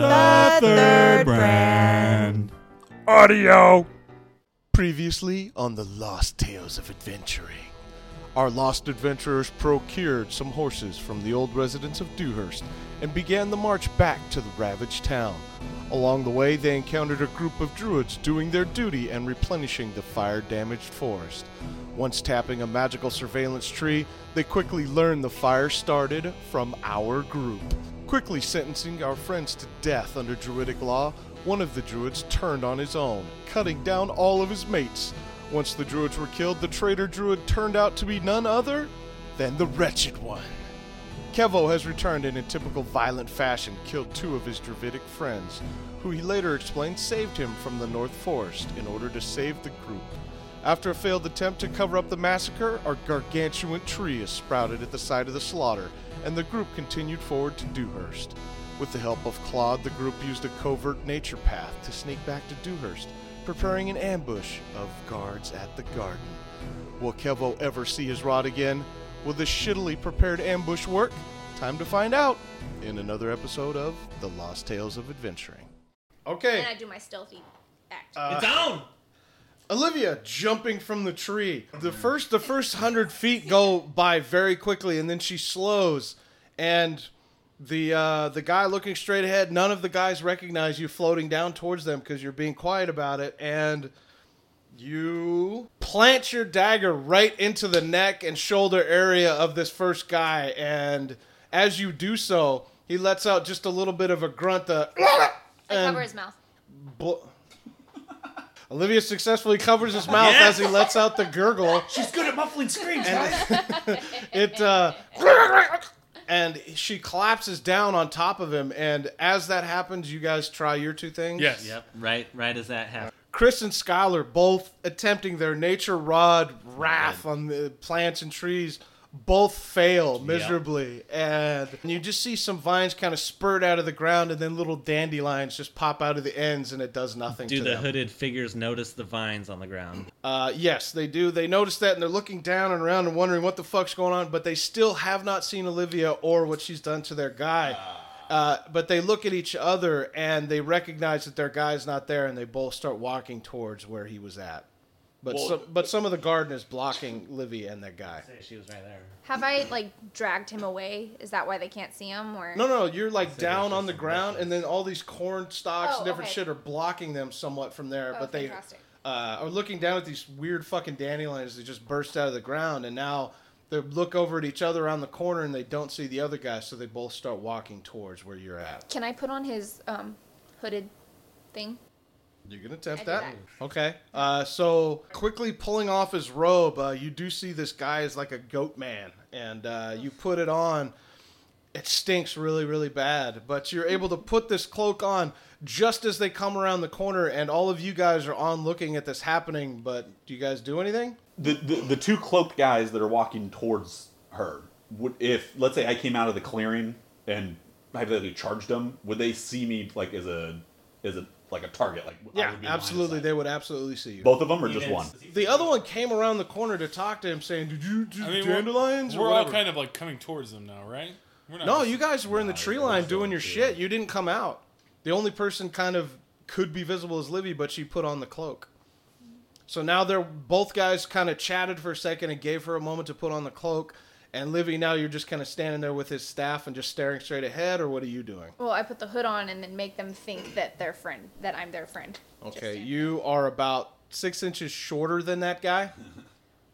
The third brand. Audio. Previously on the Lost Tales of Adventuring, our lost adventurers procured some horses from the old residents of Dewhurst and began the march back to the ravaged town. Along the way, they encountered a group of druids doing their duty and replenishing the fire damaged forest. Once tapping a magical surveillance tree, they quickly learned the fire started from our group. Quickly sentencing our friends to death under druidic law, one of the druids turned on his own, cutting down all of his mates. Once the druids were killed, the traitor druid turned out to be none other than the wretched one. Kevo has returned and in typical violent fashion killed two of his Dravidic friends, who he later explained saved him from the North Forest in order to save the group. After a failed attempt to cover up the massacre, our gargantuan tree is sprouted at the site of the slaughter, and the group continued forward to Dewhurst. With the help of Claude, the group used a covert nature path to sneak back to Dewhurst, preparing an ambush of guards at the garden. Will Kevo ever see his rod again? Will this shittily prepared ambush work? Time to find out in another episode of The Lost Tales of Adventuring. And I Okay, do my stealthy act. Uh, It's on. Olivia jumping from the tree. The first the first 100 feet go by very quickly and then she slows and the uh, the guy looking straight ahead, none of the guys recognize you floating down towards them because you're being quiet about it and You plant your dagger right into the neck and shoulder area of this first guy, and as you do so, he lets out just a little bit of a grunt. The I cover um, his mouth. bl- Olivia successfully covers his mouth as he lets out the gurgle. She's good at muffling screams, right? It uh, and she collapses down on top of him, and as that happens, you guys try your two things. Yes. Yep, right, right as that happens. Chris and Skylar both attempting their nature rod raft on the plants and trees both fail miserably and you just see some vines kind of spurt out of the ground and then little dandelions just pop out of the ends and it does nothing Do to the them. hooded figures notice the vines on the ground? Uh, yes, they do. They notice that and they're looking down and around and wondering what the fuck's going on, but they still have not seen Olivia or what she's done to their guy. Uh, but they look at each other and they recognize that their guy's not there and they both start walking towards where he was at. But, some, but some of the garden is blocking Livy and that guy. She was right there. Have I like dragged him away? Is that why they can't see him? Or No, no, no. You're like down on the ground, and then all these corn stalks Oh, and different okay. shit are blocking them somewhat from there. Oh, but they fantastic. uh, are looking down at these weird fucking dandelions that just burst out of the ground, and now they look over at each other around the corner, and they don't see the other guy, so they both start walking towards where you're at. Can I put on his um, hooded thing? You're gonna attempt I do that? Okay. Uh, so quickly pulling off his robe, uh, you do see this guy is like a goat man, and uh, you put it on. It stinks really, really bad, but you're able to put this cloak on just as they come around the corner, and all of you guys are on looking at this happening. But do you guys do anything? the, the the two cloaked guys that are walking towards her would if let's say I came out of the clearing and hypothetically charged them, would they see me like as a as a like a target? Like I would be line of absolutely. sight? They would absolutely see you. Both of them or just Even- one? The other one came around the corner to talk to him, saying, "Did you do I mean, we're- dandelions?" We're, or all whatever?" kind of like coming towards them now, right? We're not No, you guys were in the Nah, tree they were line still doing your in the tree shit. line. You didn't come out. The only person kind of could be visible is Libby, but she put on the cloak. So now they're both guys kind of chatted for a second and gave her a moment to put on the cloak. And Livy, now you're just kind of standing there with his staff and just staring straight ahead, or what are you doing? Well, I put the hood on and then make them think that they're friend, that I'm their friend. Okay, you are about six inches shorter than that guy.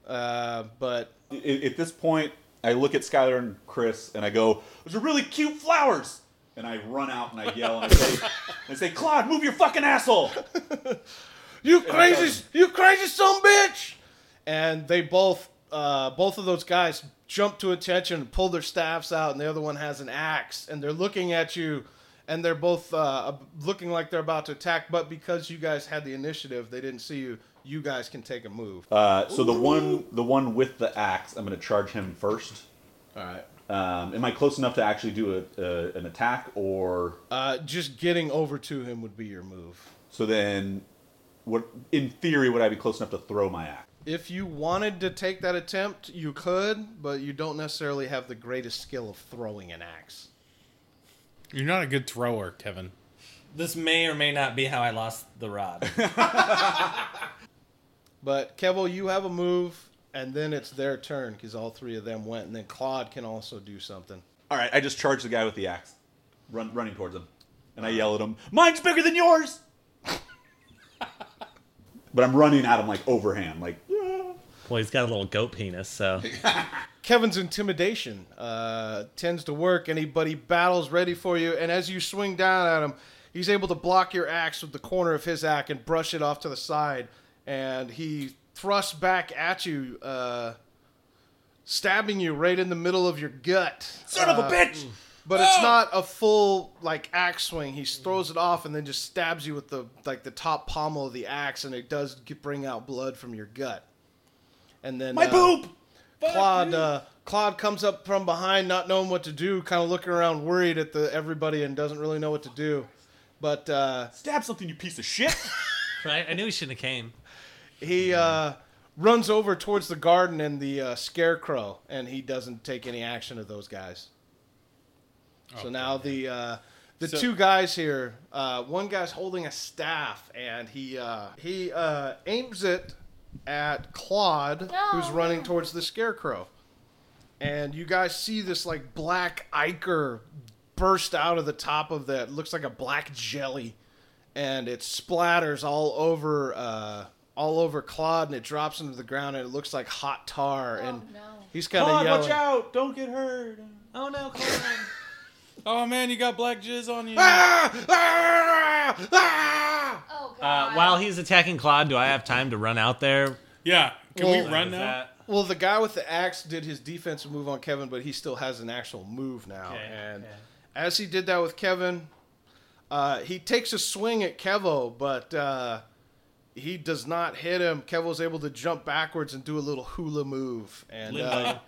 Uh, but I- At this point, I look at Skylar and Chris and I go, "Those are really cute flowers." And I run out and I yell and I say, I say "Claude, move your fucking asshole!" You crazy, you crazy son bitch! And they both, uh, both of those guys jump to attention, pull their staffs out, and the other one has an axe, and they're looking at you, and they're both uh, looking like they're about to attack, but because you guys had the initiative, they didn't see you. You guys can take a move. Uh, so the one the one with the axe, I'm going to charge him first. All right. Um, am I close enough to actually do a, a, an attack, or Uh, just getting over to him would be your move. so then? What in theory would I be close enough to throw my axe? If you wanted to take that attempt, you could, but you don't necessarily have the greatest skill of throwing an axe. You're not a good thrower, Kevin. This may or may not be how I lost the rod. But Kevo, you have a move, and then it's their turn because all three of them went, and then Claude can also do something. All right, I just charge the guy with the axe, run, running towards him, and I yell at him, "Mine's bigger than yours!" but I'm running at him like overhand, like well, he's got a little goat penis, so Kevin's intimidation uh, tends to work, and he but he battles ready for you, and as you swing down at him, he's able to block your axe with the corner of his axe and brush it off to the side, and he thrusts back at you, uh, stabbing you right in the middle of your gut. Uh, son of a bitch. Oh! But it's not a full like axe swing. He throws it off and then just stabs you with the like the top pommel of the axe, and it does get, bring out blood from your gut. And then My uh, boob. Claude uh, Claude comes up from behind, not knowing what to do, kind of looking around, worried at the everybody, and doesn't really know what to do. But uh, Stab something, you piece of shit. right. I knew he shouldn't have came. he uh, runs over towards the garden and the uh, scarecrow, and he doesn't take any action of those guys. So now the uh, the So- two guys here, uh, one guy's holding a staff, and he uh, he uh, aims it at Claude, No, who's running no. towards the scarecrow. And you guys see this like black ichor burst out of the top of that looks like a black jelly, and it splatters all over uh, all over Claude, and it drops into the ground, and it looks like hot tar. and Oh, no. he's kind of yelling. out! Don't get hurt. Oh no, Claude! Oh man, you got black jizz on you. "Ah! Ah! Ah!" Oh god. Uh, while he's attacking Claude, do I have time to run out there? Yeah, can Well, we run Is now? that- Well, the guy with the axe did his defensive move on Kevin, but he still has an actual move now. Okay, and okay. as he did that with Kevin, uh, he takes a swing at Kevo, but uh, he does not hit him. Kevo's able to jump backwards and do a little hula move and uh, Limbo.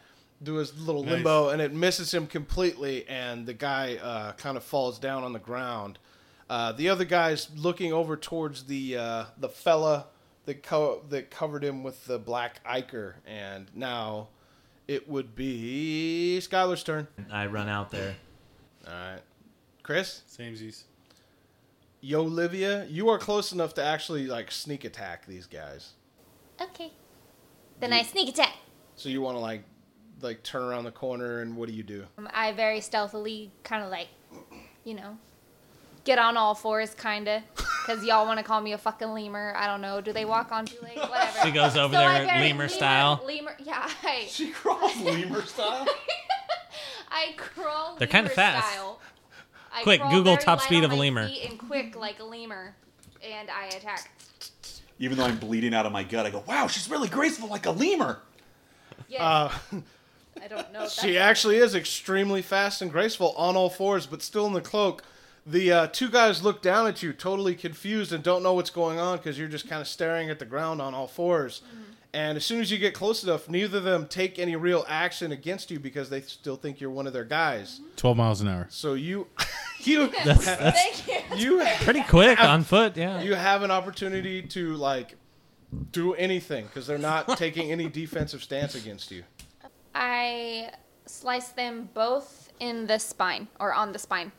do his little limbo, and it misses him completely. And the guy uh, kind of falls down on the ground. Uh, the other guy's looking over towards the uh, the fella that co- that covered him with the black ichor, and now it would be Skylar's turn. I run out there. All right, Chris, Samesies. yo, Olivia, you are close enough to actually like sneak attack these guys. okay. Then I sneak attack. So you want to like like turn around the corner, and what do you do? Um, I very stealthily kind of like, you know, get on all fours, kind of. Because y'all want to call me a fucking lemur. I don't know. Do they walk on two legs? Whatever. She goes over So I there very- lemur style. Lemur, yeah. I, She crawls lemur style. I crawl. They're kind kinda of fast. Style. I Quick, crawl Google very top light speed on of a my lemur. feet And quick like a lemur, and I attack. Even though I'm bleeding out of my gut, I go, "Wow, she's really graceful, like a lemur." Yes. I don't know. If She that's- actually is extremely fast and graceful on all fours, but still in the cloak. The uh, two guys look down at you, totally confused and don't know what's going on because you're just kind of staring at the ground on all 4s Mm-hmm. And as soon as you get close enough, neither of them take any real action against you because they still think you're one of their guys. Mm-hmm. Twelve miles an hour. So you, you, That's, that's Thank you. you, pretty quick on foot. Yeah. you have an opportunity to like do anything because they're not taking any defensive stance against you. I slice them both in the spine or on the spine.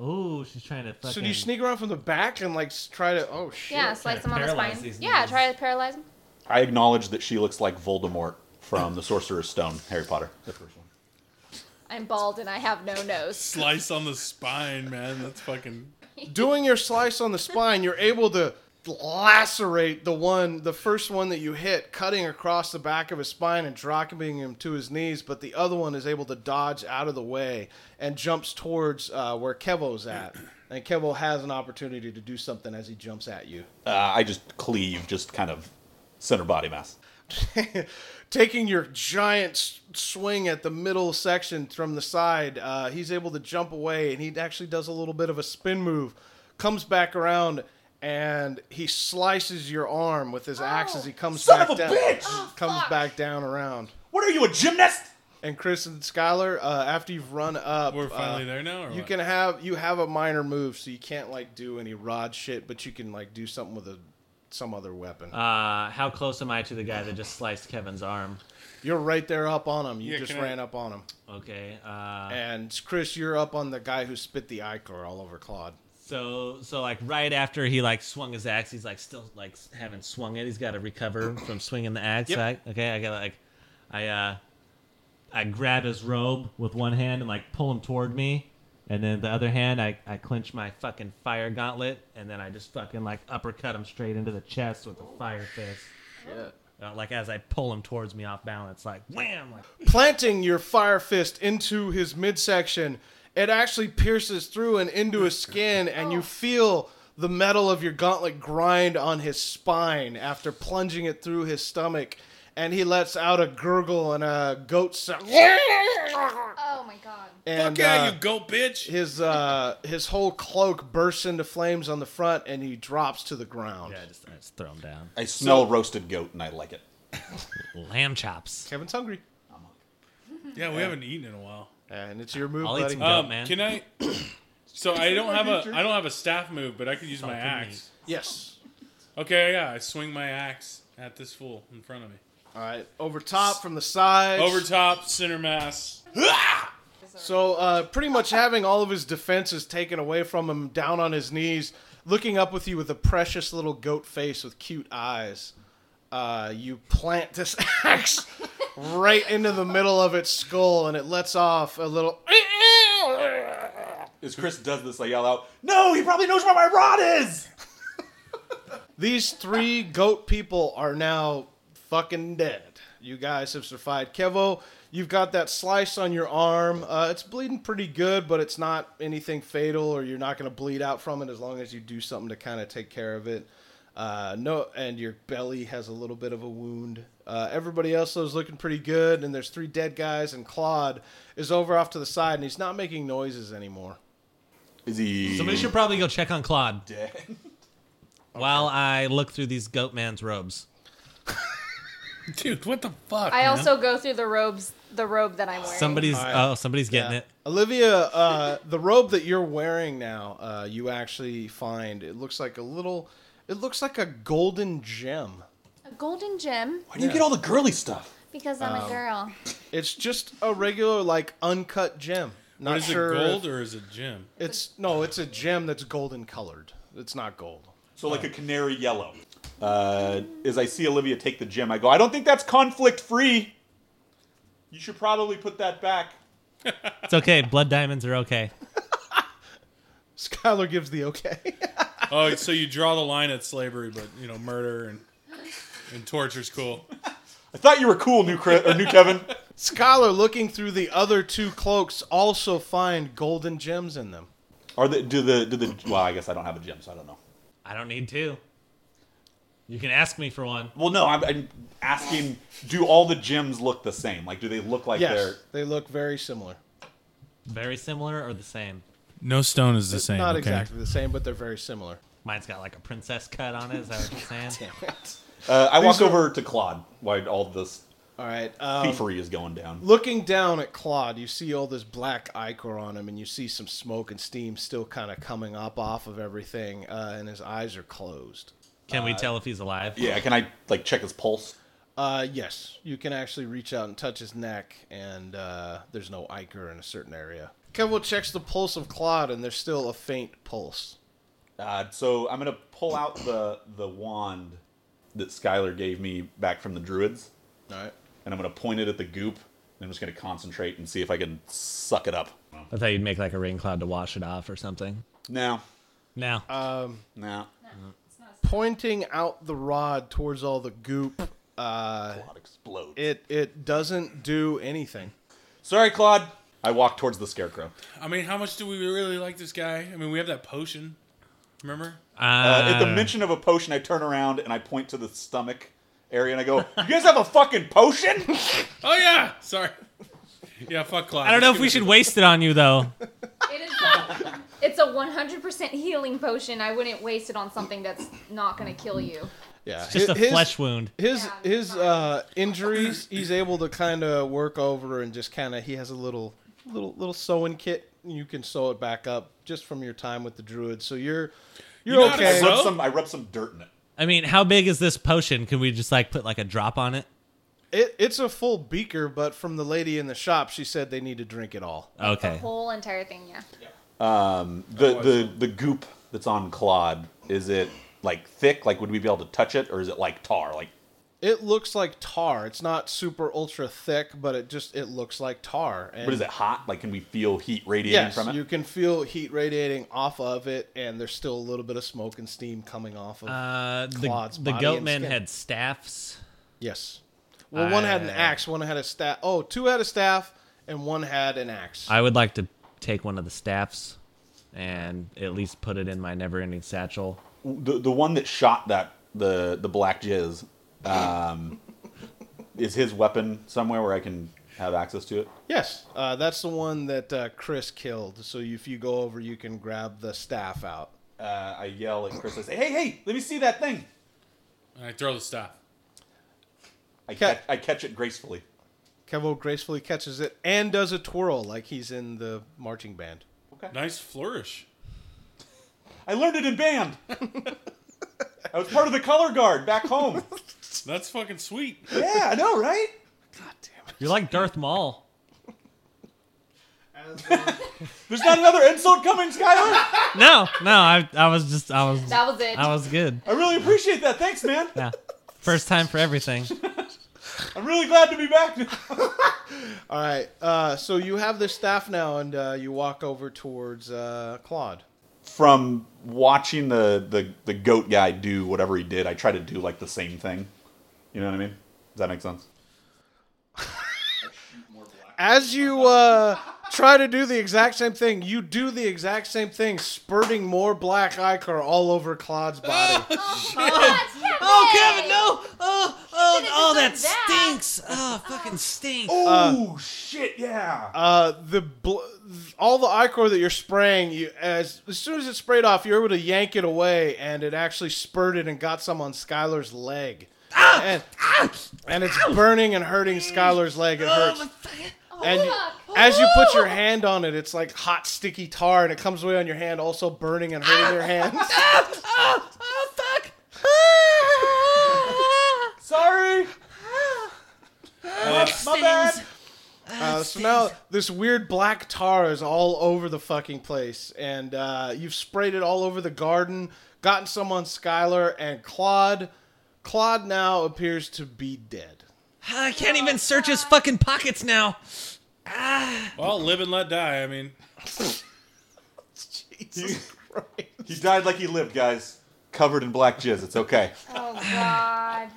Ooh, she's trying to fucking. So do you sneak around from the back and like s- try to? Oh shit! Yeah, slice them Try to on the paralyze spine. these Yeah, niggas. try to paralyze them. I acknowledge that she looks like Voldemort from The Sorcerer's Stone, Harry Potter. The first one. I'm bald and I have no nose. Slice on the spine, man. That's fucking. doing your slice on the spine, you're able to lacerate the one, the first one that you hit, cutting across the back of his spine and dropping him to his knees. But the other one is able to dodge out of the way and jumps towards uh, where Kevo's at. And Kevo has an opportunity to do something as he jumps at you. Uh, I just cleave, just kind of center body mass. Taking your giant s- swing at the middle section from the side, uh, he's able to jump away and he actually does a little bit of a spin move, comes back around, and he slices your arm with his axe as he comes Oh, son back of a down. bitch! Comes fuck. back down around. What are you, a gymnast? And Chris and Skylar, uh, after you've run up, We're finally uh, there now. Or You what? can have you have a minor move, so you can't like do any rod shit, but you can like do something with a some other weapon. Uh, how close am I to the guy that just sliced Kevin's arm? You're right there up on him. You Yeah, just can I- ran up on him. Okay. Uh, And Chris, you're up on the guy who spit the ichor all over Claude. So so like right after he like swung his axe, he's like still like s- haven't swung it. He's got to recover from swinging the axe. Yep. I- okay, I got like, I uh, I grab his robe with one hand and like pull him toward me, and then the other hand I I clench my fucking fire gauntlet, and then I just fucking like uppercut him straight into the chest with a fire fist. Uh, like as I pull him towards me off balance, like wham, like planting your fire fist into his midsection, it actually pierces through and into his skin, and you feel the metal of your gauntlet grind on his spine after plunging it through his stomach, and he lets out a gurgle and a goat sound. Oh my god. And, Fuck yeah, uh, you goat bitch. his uh, his whole cloak bursts into flames on the front, and he drops to the ground. yeah, I just, I just throw him down. I smell roasted goat and I like it. Lamb chops. Kevin's hungry, Yeah, we haven't eaten in a while. and it's your move, I'll eat buddy. some Uh, goat. Um, man. can I? So I don't have a I don't have a staff move, but I could use my Salted axe. yes. Okay, yeah, I swing my axe at this fool in front of me. All right. Over top, from the side. Over top, center mass. So, uh, pretty much having all of his defenses taken away from him, down on his knees, looking up with you with a precious little goat face with cute eyes, uh, you plant this axe right into the middle of its skull, and it lets off a little. As Chris does this, I yell out, "No! He probably knows where my rod is." These three goat people are now fucking dead. You guys have survived. Kevo, you've got that slice on your arm. Uh, it's bleeding pretty good, but it's not anything fatal, or you're not going to bleed out from it as long as you do something to kind of take care of it. Uh, no, and your belly has a little bit of a wound. Uh, everybody else though, is looking pretty good, and there's three dead guys, and Claude is over off to the side, and he's not making noises anymore. Is he? Somebody should probably go check on Claude. While I look through these goat man's robes. Dude, what the fuck? I man? also go through the robes, the robe that I'm wearing. Somebody's oh, somebody's getting Yeah. it. Olivia, uh, the robe that you're wearing now, uh, you actually find it looks like a little, it looks like a golden gem. a golden gem Why do you get all the girly stuff? because I'm Oh. a girl. It's just a regular like uncut gem. Not Is sure. it gold or is it gem? It's no, it's a gem that's golden colored. It's not gold. So like a canary yellow. Uh, as I see Olivia take the gem, I go, "I don't think that's conflict free. You should probably put that back." It's okay. Blood diamonds are okay. Skylar gives the okay. Oh, so you draw the line at slavery, but you know murder and and torture's cool. I thought you were cool, new Chris, or new Kevin. Skylar, looking through the other two cloaks, also find golden gems in them. Are the do the do the? Well, I guess I don't have a gem, so I don't know. I don't need two. You can ask me for one. Well, no, I'm, I'm asking, do all the gems look the same? Like, do they look like Yes, they're? they look very similar. Very similar or the same. No stone is the same. Not okay? exactly the same, but they're very similar. Mine's got like a princess cut on it. Is that what you're saying? Damn it. Uh, I walk are- over to Claude while all this All right. Um, thievery is going down. Looking down at Claude, you see all this black ichor on him, and you see some smoke and steam still kind of coming up off of everything, uh, and his eyes are closed. Can we tell if he's alive? Yeah, can I like check his pulse? Uh, yes, you can actually reach out and touch his neck, and uh, there's no ichor in a certain area. Kevil checks the pulse of Claude, and there's still a faint pulse. Uh, so I'm gonna pull out the the wand that Skylar gave me back from the druids, All right. and I'm gonna point it at the goop. And I'm just gonna concentrate and see if I can suck it up. I thought you'd make like a rain cloud to wash it off or something. No, No. no. Pointing out the rod towards all the goop, uh, Claude explodes. it it doesn't do anything. Sorry, Claude. I walk towards the scarecrow. I mean, how much do we really like this guy? I mean, we have that potion. Remember? Uh, at the Ah. mention of a potion, I turn around and I point to the stomach area and I go, "You guys have a fucking potion?" Oh yeah. Sorry. Yeah, fuck Clyde. I don't know if we should waste it on you though. It is a, it's a 100% healing potion. I wouldn't waste it on something that's not going to kill you. Yeah, it's Just a flesh wound. his Yeah, it's his uh, injuries he's able to kind of work over and just kind of he has a little little little sewing kit you can sew it back up just from your time with the druid so you're you're know how to okay I rub So? some. I rub some dirt in it. I mean, how big is this potion? Can we just like put like a drop on it? it, it's a full beaker but from the lady in the shop she said they need to drink it all Okay. Whole entire thing, yeah. Oh, The the the goop that's on Claude, is it like thick? Like, would we be able to touch it, or is it like tar? Like, It looks like tar. It's not super ultra thick, but it just it looks like tar. And what is it hot? Like, can we feel heat radiating Yes, from it? you can feel heat radiating off of it, and there's still a little bit of smoke and steam coming off of. Uh, Claude's the the body goat and men skin. had staffs. yes. Well, one had an I- axe, one had a staff. Oh, two had a staff, and one had an axe. I would like to take one of the staffs and at least put it in my never-ending satchel. the the one that shot that the the black jizz, um, is his weapon somewhere where I can have access to it? yes, uh, that's the one that uh, Chris killed. So if you go over, you can grab the staff out. Uh, I yell at Chris. I say, "Hey, hey, let me see that thing!" And I throw the staff. I Okay. catch, I catch it gracefully. Kevo gracefully catches it and does a twirl like he's in the marching band. Nice flourish. I learned it in band. I was part of the color guard back home. That's fucking sweet. yeah, I know, right? You're like Darth Maul. There's not another insult coming, Skylar. No, no, I, I was just, I was, That was it. I was good. I really appreciate that. Thanks, man. Yeah, first time for everything. I'm really glad to be back. All right. Uh, so you have this staff now, and uh, you walk over towards uh, Claude. From watching the, the the goat guy do whatever he did, I try to do like the same thing. You know what I mean? Does that make sense? As you uh, try to do the exact same thing, you do the exact same thing, spurting more black ichor all over Claude's body. Oh, Kevin, no! Oh, Should've just oh, that done that. stinks. Oh, fucking stinks. Oh shit! Yeah. Uh, the bl- all the ichor that you're spraying, you as as soon as it sprayed off, you're able to yank it away, and it actually spurted and got some on Skylar's leg. And, and it's burning and hurting Skylar's leg. It hurts. And you- as you put your hand on it, it's like hot, sticky tar, and it comes away on your hand, also burning and hurting your hands. ah, Sorry. Ah. Ah, My bad. Uh, so now this weird black tar is all over the fucking place, and uh, you've sprayed it all over the garden, gotten some on Skylar, and Claude. Claude now appears to be dead. I can't even search his fucking pockets now. Well, live and let die. I mean, Jesus Christ. He died like he lived, guys. Covered in black jizz. It's okay. Oh God!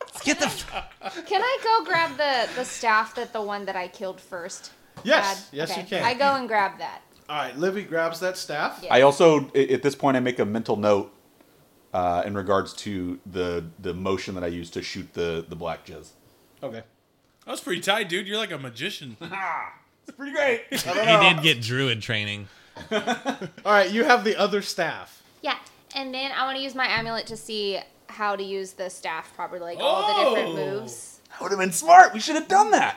Let's get the. F- Can I go grab the the staff that the one that I killed first? Yes, had? yes, Okay. you can. I go and grab that. All right, Livy grabs that staff. Yeah. I also, i- at this point, I make a mental note uh, in regards to the the motion that I used to shoot the the black jizz. Okay. that was pretty tight, dude. You're like a magician. It's pretty great. I don't he know. did get druid training. All right, you have the other staff. Yeah, and then I want to use my amulet to see how to use the staff properly, like all the different Oh. moves. That would have been smart. We should have done that.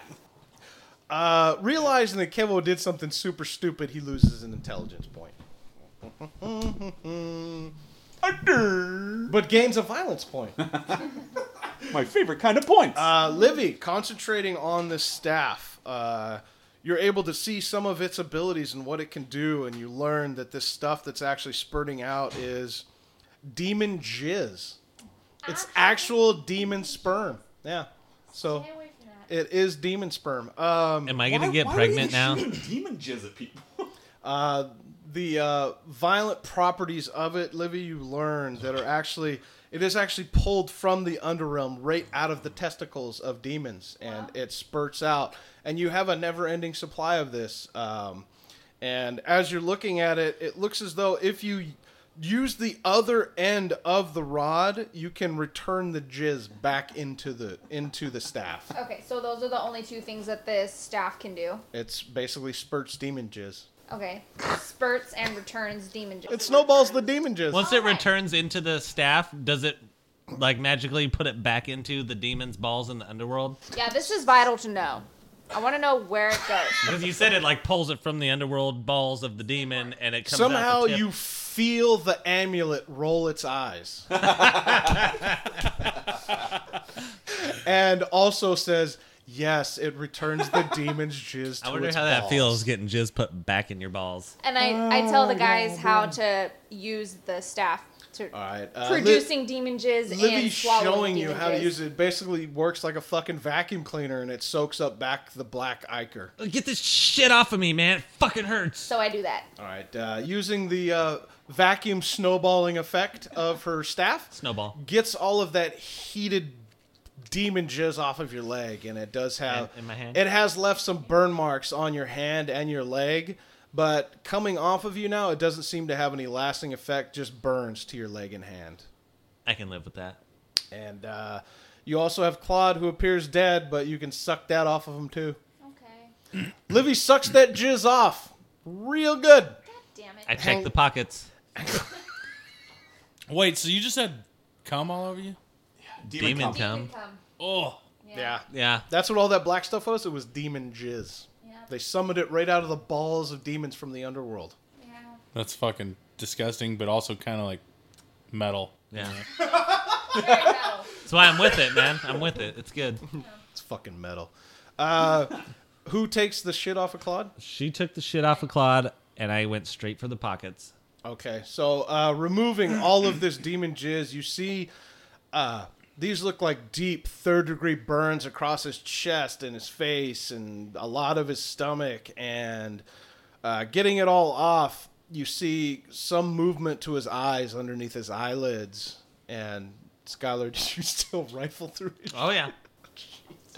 Uh, realizing that Kevo did something super stupid, he loses an intelligence point, but gains a violence point. My favorite kind of points. Uh, Livy, concentrating on this staff, uh, you're able to see some of its abilities and what it can do, and you learn that this stuff that's actually spurting out is demon jizz. It's actual demon sperm. Yeah. So away from that. it is demon sperm. Um, Am I gonna get pregnant now? Demon jizz at people. uh, the uh, violent properties of it, Livy, you learn that are actually it is actually pulled from the underrealm, right out of the testicles of demons, and it spurts out. And you have a never-ending supply of this. Um, and as you're looking at it, it looks as though if you use the other end of the rod, you can return the jizz back into the into the staff. Okay, so those are the only two things that this staff can do. It's basically spurts demon jizz. Okay, spurts and returns demon. It snowballs the demon jizz. Once it returns into the staff, does it like magically put it back into the demon's balls in the underworld? Yeah, this is vital to know. I want to know where it goes. Because you said it like pulls it from the underworld balls of the demon, and it comes out the Somehow tip. you feel the amulet roll its eyes. and also says, Yes, it returns the demon's jizz. To I wonder its how that balls. feels getting jizz put back in your balls. And I, I tell the guys how to use the staff to All right, uh, Liv- producing demon jizz and Libby's swallowing showing you demon how to jizz. use it. It Basically, works like a fucking vacuum cleaner, and it soaks up back the black ichor. Get this shit off of me, man. It fucking hurts. So I do that. All right, uh, using the uh, vacuum snowballing effect of her staff, Snowball. gets all of that heated demon jizz off of your leg, and it does have And- and my hand? It has left some burn marks on your hand and your leg, but coming off of you now, it doesn't seem to have any lasting effect. Just burns to your leg and hand. I can live with that. And uh, you also have Claude, who appears dead, but you can suck that off of him too. Okay. Livy sucks that jizz off real good. God damn it. I check the pockets. Wait, so you just had cum all over you? Demon, Demon cum. cum. Oh, Yeah. Yeah. Yeah. That's what all that black stuff was. It was demon jizz. Yeah. They summoned it right out of the balls of demons from the underworld. yeah. that's fucking disgusting, but also kind of like metal. Yeah. Very metal. That's why I'm with it, man. I'm with it. It's good. It's fucking metal. Uh, who takes the shit off of Claude? She took the shit off of Claude, and I went straight for the pockets. Okay, so uh, removing all of this demon jizz, you see uh, these look like deep third degree burns across his chest and his face and a lot of his stomach. And uh, getting it all off, you see some movement to his eyes underneath his eyelids. And Skylar, did you still rifle through it? Oh yeah.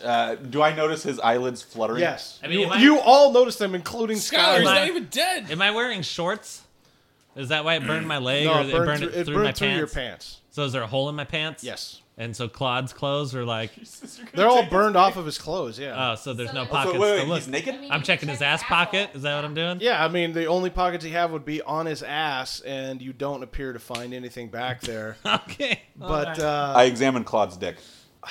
Uh, do I notice his eyelids fluttering? Yes. I mean, you, am I- you all noticed them, including Skylar. Skylar's Am I- not even dead. Am I wearing shorts? Is that why it burned my leg, No, or it it burned burned through- it through, burned my through pants? your pants. So is there a hole in my pants? Yes. And so Claude's clothes are like, They're all burned off of his clothes, yeah. oh, so there's So no there's- pockets So, wait, to wait, look. he's naked? mean, I'm you checking check his ass pocket. Is that what I'm doing? Yeah, I mean, the only pockets he have would be on his ass, and you don't appear to find anything back there. Okay. but uh, I examine Claude's dick.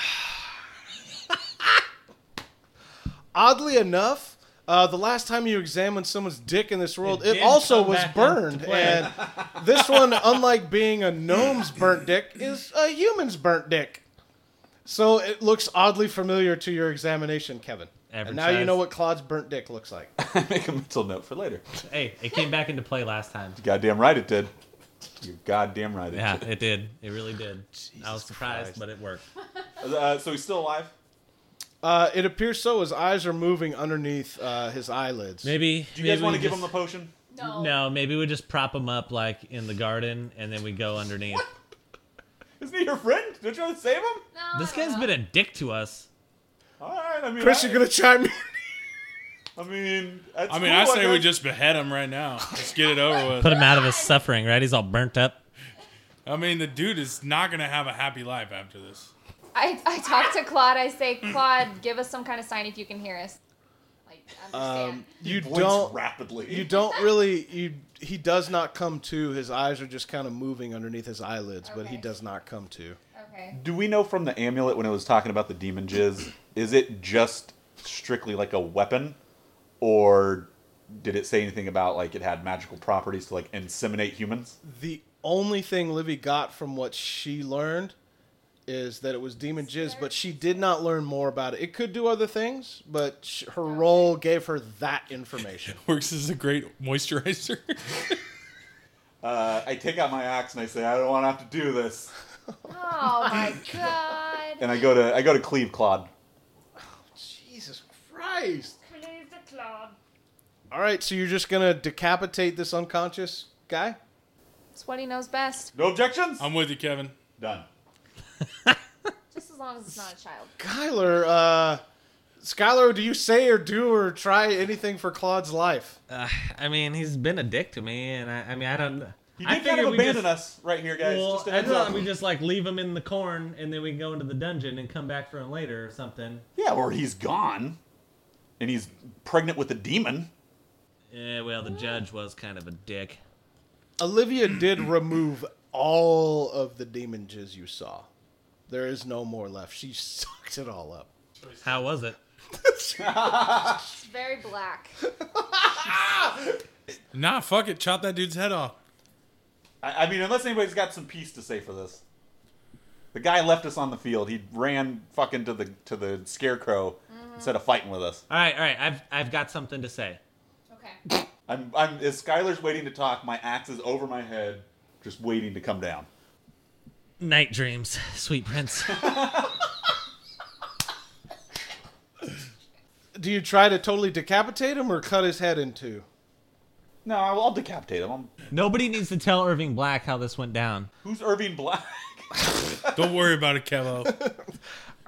oddly enough, uh, the last time you examined someone's dick in this world, It it did also come was back burned. into play. And this one, unlike being a gnome's burnt dick, is a human's burnt dick. So it looks oddly familiar to your examination, Kevin. Average and now you size. know what Claude's burnt dick looks like. I make a mental note for later. Hey, it came back into play last time. Goddamn right it did. You're goddamn right it Yeah, did. it did. It really did. I was surprised, but it worked. Uh, so he's still alive? Uh, it appears so. His eyes are moving underneath uh, his eyelids. Maybe. Do you guys maybe want we to give just- him the potion? No. No, maybe we just prop him up like in the garden, and then we go underneath. Isn't he your friend? Don't you want to save him? No, This guy's no. been a dick to us. All right. I mean, Chris, I, you're going to chime in. I mean, that's I mean, cool, I say we guess. just behead him right now. Just get it over with. Put him out of his suffering, right? He's all burnt up. I mean, the dude is not gonna have a happy life after this. I, I talk to Claude. I say, Claude, give us some kind of sign if you can hear us. Like, understand. Um, you Points don't rapidly. you don't really you he does not come to his eyes are just kind of moving underneath his eyelids but he Okay. does not come to okay. Do we know from the amulet when it was talking about the demon jizz? Is it just strictly like a weapon, or did it say anything about like it had magical properties to like inseminate humans? the only thing livy got from what she learned is that it was demon jizz but she did not learn more about it it could do other things but sh- her role gave her that information Works as a great moisturizer. Uh, I take out my axe and I say, I don't want to have to do this. Oh my god. And I go to I go to cleave Claude. jesus christ Please, the Claude. all right so you're just gonna decapitate this unconscious guy It's what he knows best. No objections. Um, I'm with you, Kevin. done. Just as long as it's not a child. Skylar, uh, Skylar, do you say or do or try anything for Claude's life? Uh, I mean, he's been a dick to me, and I, I mean, I don't. You I did kind figured of we abandon just- us right here, guys. Well, just a I heads thought up. we just like leave him in the corn, and then we go into the dungeon and come back for him later or something. Yeah, or he's gone, and he's pregnant with a demon. Yeah, well, the judge was kind of a dick. Olivia did remove all of the demon jizz you saw. There is no more left. She sucked it all up. How was it? It's very black. Nah, fuck it. Chop that dude's head off. I, I mean, unless anybody's got some peace to say for this. The guy left us on the field. He ran fucking to the to the scarecrow instead of fighting with us. All right, all right. I've I've got something to say. Okay. I'm, I'm as Skylar's waiting to talk, my axe is over my head, just waiting to come down. Night dreams, sweet prince. Do you try to totally decapitate him or cut his head in two? No, I'll, I'll decapitate him. I'm, Nobody needs to tell Irving Black how this went down. who's Irving Black? Don't worry about it, Kevo.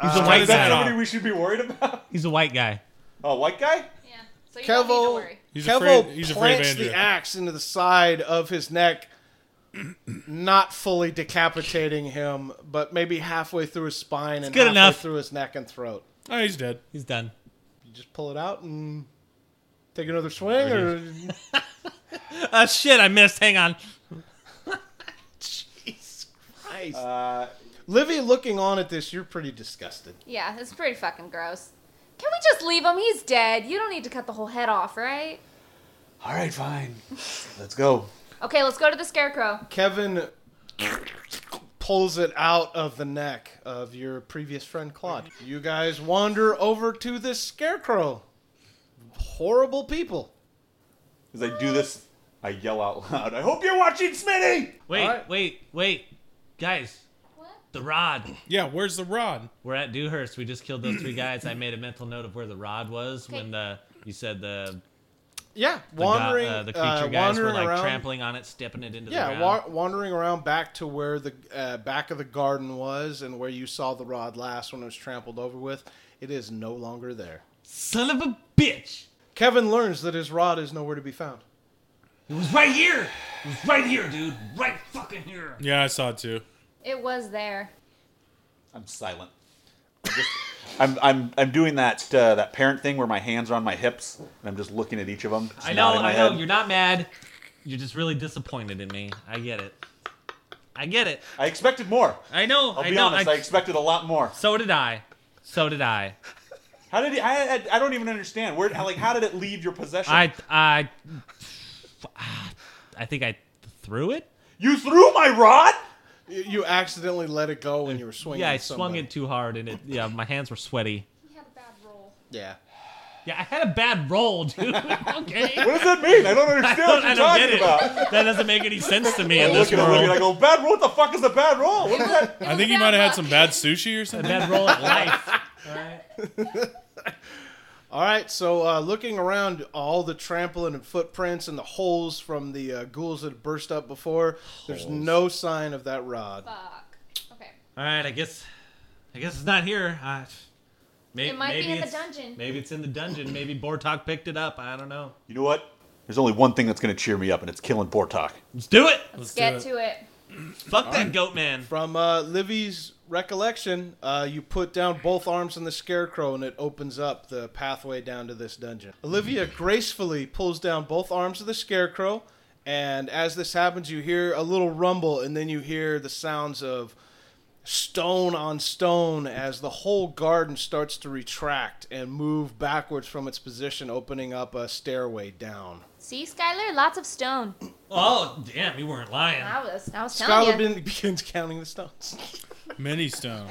He's a Is white guy. that somebody we should be worried about? He's a white guy. Oh, white guy? Yeah. So you don't need to Kevo, worry. He's Kevo afraid- he's afraid of plants Andrew. the axe into the side of his neck, not fully decapitating him, but maybe halfway through his spine and good halfway enough. through his neck and throat. Oh, he's dead. He's done. You just pull it out and take another swing, or Uh, shit, I missed. Hang on. Christ. Uh, Livy, looking on at this, you're pretty disgusted. Yeah, it's pretty fucking gross. Can we just leave him? He's dead. You don't need to cut the whole head off, right? all right, fine. Let's go. Okay, let's go to the scarecrow. Kevin pulls it out of the neck of your previous friend Claude. You guys wander over to this scarecrow. Horrible people. As I do this, I yell out loud, I hope you're watching Smitty! Wait, All right. wait, wait, guys. What? The rod. Yeah, where's the rod? We're at Dewhurst. We just killed those three guys. I made a mental note of where the rod was when the you said the Yeah, the, go- wandering, uh, the creature uh, guys were wandering like around. trampling on it, stepping it into the Yeah, ground. wa- wandering around back to where the uh, back of the garden was and where you saw the rod last when it was trampled over with. It is no longer there. Son of a bitch! Kevin learns that his rod is nowhere to be found. It was right here. It was right here, dude. Right fucking here. Yeah, I saw it too. It was there. I'm silent. I'm, just, I'm, I'm, I'm doing that uh, that parent thing where my hands are on my hips and I'm just looking at each of them. I know. I know. You're not mad. You're just really disappointed in me. I get it. I get it. I expected more. I know. I'll I be know. honest. I, I- expected a lot more. so did I. So did I. How did he, I, I? I don't even understand. Where? Like, how did it leave your possession? I. I. I think I threw it. you threw my rod. You- You accidentally let it go when you were swinging. Yeah, I at swung somebody. it too hard, and it. Yeah, my hands were sweaty. He had a bad roll. Yeah. Yeah, I had a bad roll, dude. okay. What does that mean? I don't understand I don't, I don't what you're get it. talking about. That doesn't make any sense to me I in look this at Olivia and I world. go, bad roll. What the fuck is a bad roll? What is that? I think he might have had some bad sushi or A something. bad roll at life. All right, so uh, looking around all the trampling and footprints and the holes from the uh, ghouls that burst up before, there's no sign of that rod. Fuck. Okay. All right, I guess. I guess it's not here. I, may- It might be maybe in the it's- dungeon. Maybe it's in the dungeon. Maybe Bortok picked it up. I don't know. You know what? There's only one thing that's gonna cheer me up, and it's killing Bortok. Let's do it. Let's, Let's do get it. to it. Fuck that goat man. From uh, Livy's recollection, uh, you put down both arms on the scarecrow and it opens up the pathway down to this dungeon. Olivia gracefully pulls down both arms of the scarecrow, and as this happens, you hear a little rumble, and then you hear the sounds of stone on stone as the whole garden starts to retract and move backwards from its position, opening up a stairway down. See, Skylar, lots of stone. Oh damn, you weren't lying. I was, I was telling Skylar you. ben- begins counting the stones. Mini stone.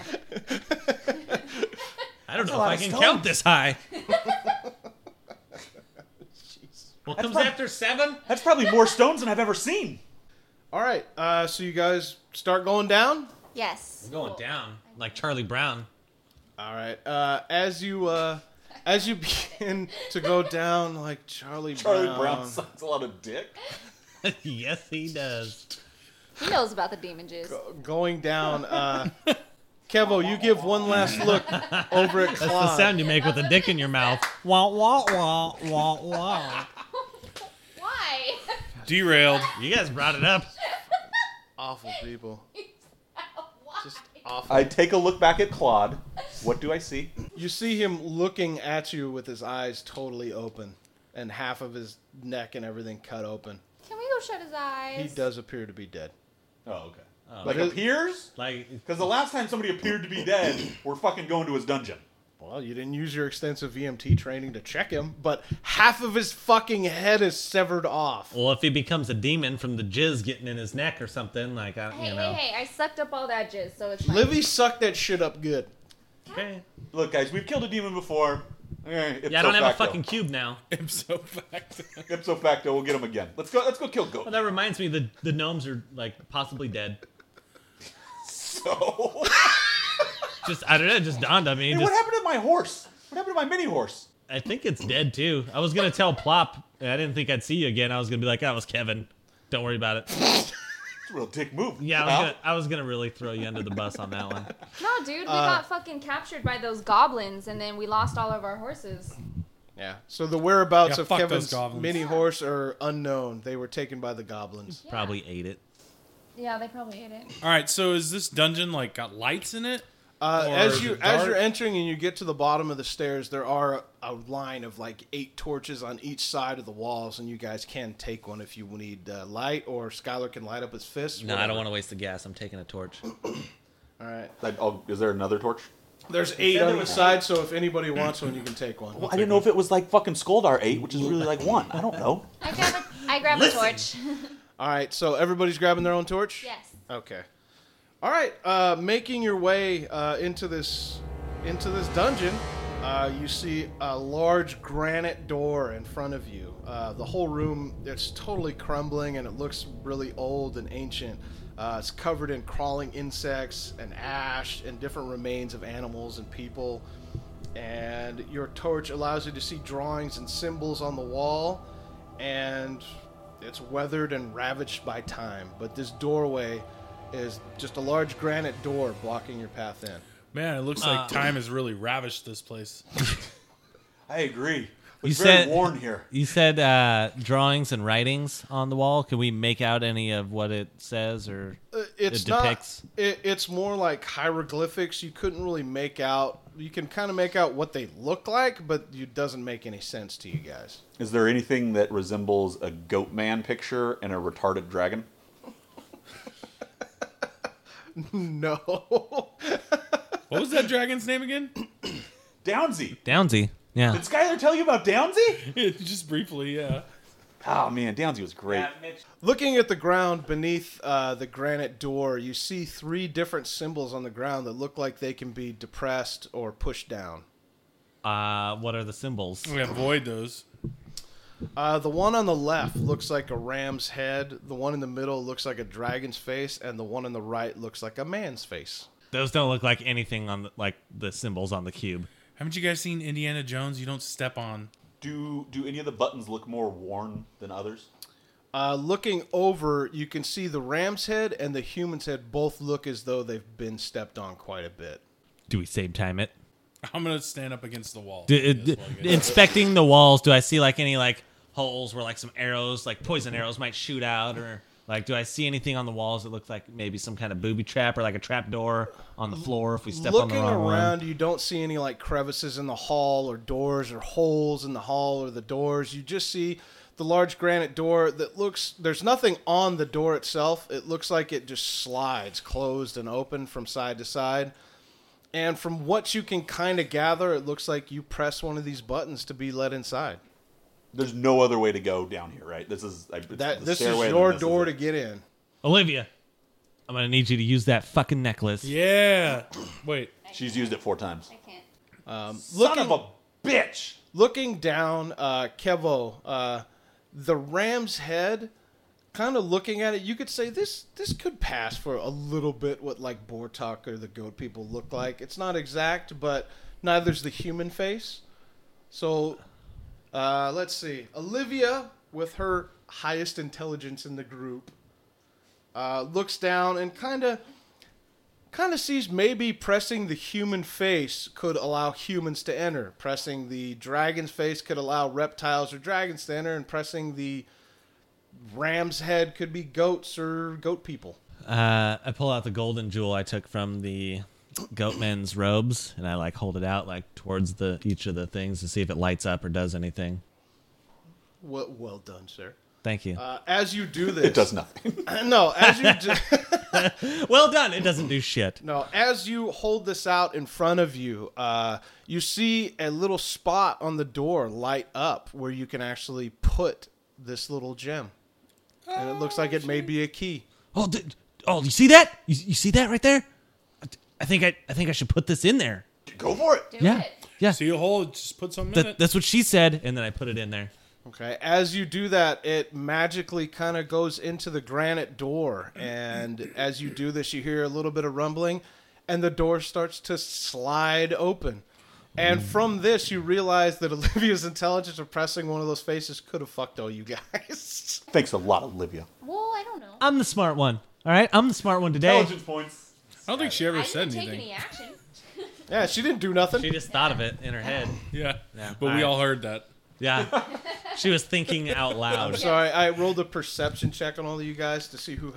I don't know if lot I of can stones. count this high. What comes after seven? That's probably more stones than I've ever seen. All right, uh, so you guys start going down. Yes. Going down like Charlie Brown. All right. Uh, as you uh, as you begin to go down, like Charlie, Charlie Brown, Brown sucks a lot of dick. yes, he does. He knows about the demon juice. going down. Uh, Kevo, you give one last look over at That's the Claude. sound you make with a dick in your mouth. Wah, wah, wah, wah, wah. Why? Derailed. You guys brought it up. awful people. Why? Just awful. I take a look back at Claude. What do I see? You see him looking at you with his eyes totally open and half of his neck and everything cut open. Can we go shut his eyes? He does appear to be dead. Oh, okay. But like it- appears? Like Because the last time somebody appeared to be dead, we're fucking going to his dungeon. Well, you didn't use your extensive VMT training to check him, but half of his fucking head is severed off. Well, if he becomes a demon from the jizz getting in his neck or something, like I, Hey, you know. hey, hey! I sucked up all that jizz, so it's fine. Livy sucked that shit up good. Okay. Look, guys, we've killed a demon before. Eh, Yeah, I don't ipso have a facto. fucking cube now. Ipso facto. Ipso facto, we'll get him again. Let's go. Let's go kill goat. Well, that reminds me, the the gnomes are like possibly dead. So, Just I don't know. It just dawned on me. hey, just, what happened to my horse? What happened to my mini horse? I think it's dead too. I was gonna tell Plop. and I didn't think I'd see you again. I was gonna be like, that was Kevin. Don't worry about it. It's a real dick move. Yeah, I was pal. gonna, I was gonna really throw you under the bus on that one. No, dude, we Uh, got fucking captured by those goblins, and then we lost all of our horses. Yeah. So the whereabouts Yeah, of fuck those Kevin's goblins. mini horse are unknown. They were taken by the goblins. Probably ate it. Yeah, they probably ate it. All right, so is this dungeon like got lights in it? Uh, Or as is you it as dark? you're entering and you get to the bottom of the stairs, there are a line of like eight torches on each side of the walls, and you guys can take one if you need uh, light, or Skylar can light up his fist. No, I don't want to waste the gas. I'm taking a torch. All right. Like, oh, is there another torch? There's eight on each side, so if anybody wants one, you can take one. I didn't know if it was like fucking Skoldar eight, which is really like one. I don't know. I grab a, I grab a torch. All right. So everybody's grabbing their own torch. yes. Okay. All right. Uh, making your way uh, into this into this dungeon, uh, you see a large granite door in front of you. Uh, the whole room it's totally crumbling and it looks really old and ancient. Uh, it's covered in crawling insects and ash and different remains of animals and people. And your torch allows you to see drawings and symbols on the wall and it's weathered and ravaged by time. But this doorway is just a large granite door blocking your path in. Man, it looks like time has really ravished this place. I agree. It's You very said- worn here. You said uh, drawings and writings on the wall. Can we make out any of what it says or Uh, It's it not. depicts? It, it's more like hieroglyphics. You couldn't really make out. You can kind of make out what they look like, but it doesn't make any sense to you guys. Is there anything that resembles a goat man picture and a retarded dragon? No. What was that dragon's name again? Downsy. Downsy. Yeah. Did Skylar tell you about Downsy? Just briefly, yeah. Oh man, Downsy was great. Looking at the ground beneath uh, the granite door, you see three different symbols on the ground that look like they can be depressed or pushed down. Uh, what are the symbols? We avoid those. Uh, the one on the left looks like a ram's head. The one in the middle looks like a dragon's face, and the one on the right looks like a man's face. Those don't look like anything on the, like the symbols on the cube. Haven't you guys seen Indiana Jones? You don't step on. Do do any of the buttons look more worn than others? Uh, looking over, you can see the ram's head and the human's head both look as though they've been stepped on quite a bit. Do we save time it? I'm gonna stand up against the wall. Do, uh, d- inspecting the walls, do I see like any like holes where like some arrows, like poison arrows, might shoot out, or like do I see anything on the walls that looks like maybe some kind of booby trap or like a trap door on the floor if we step on the looking wrong around, one? you don't see any like crevices in the hall or doors or holes in the hall or the doors. You just see the large granite door that looks there's nothing on the door itself. It looks like it just slides closed and open from side to side. And from what you can kind of gather, it looks like you press one of these buttons to be let inside. There's no other way to go down here, right? This is I- it's That the this is stairway, your then this is door it. to get in. Olivia, I'm gonna need you to use that fucking necklace. Yeah. Wait. She's used it four times. I can't. Son of a bitch. looking down, uh, Kevo, uh, the ram's head, kind of looking at it, you could say this this could pass for a little bit what like Bortok or the goat people look like. It's not exact, but neither's the human face. So, uh, let's see, Olivia with her highest intelligence in the group uh, looks down and kind of kind of sees maybe pressing the human face could allow humans to enter. Pressing the dragon's face could allow reptiles or dragons to enter, and pressing the ram's head could be goats or goat people. Uh, I pull out the golden jewel I took from the goatman's robes, and I like hold it out like towards the each of the things to see if it lights up or does anything. Well, well done, sir. Thank you. Uh, as you do this, It does nothing. No, as you do, well done. It doesn't do shit. no, as you hold this out in front of you, uh, you see a little spot on the door light up where you can actually put this little gem, and it looks like it may be a key. Oh, did, oh, you see that? You, you see that right there? I, th- I think I, I think I should put this in there. go for it. Do Yeah, it. Yeah. See a hole, just put something in That, it. that's what she said, and then I put it in there. Okay. As you do that, it magically kind of goes into the granite door. And as you do this, you hear a little bit of rumbling, and the door starts to slide open. And from this, you realize that Olivia's intelligence of pressing one of those faces could have fucked all you guys. Thanks a lot, Olivia. Well, I don't know. I'm the smart one. All right, I'm the smart one today. Intelligence points. I don't think she ever I said didn't take any anything. action. yeah, she didn't do nothing. She just thought of it in her head. Yeah. Yeah. But we all heard that. Yeah, she was thinking out loud. Sorry, I rolled a perception check on all of you guys to see who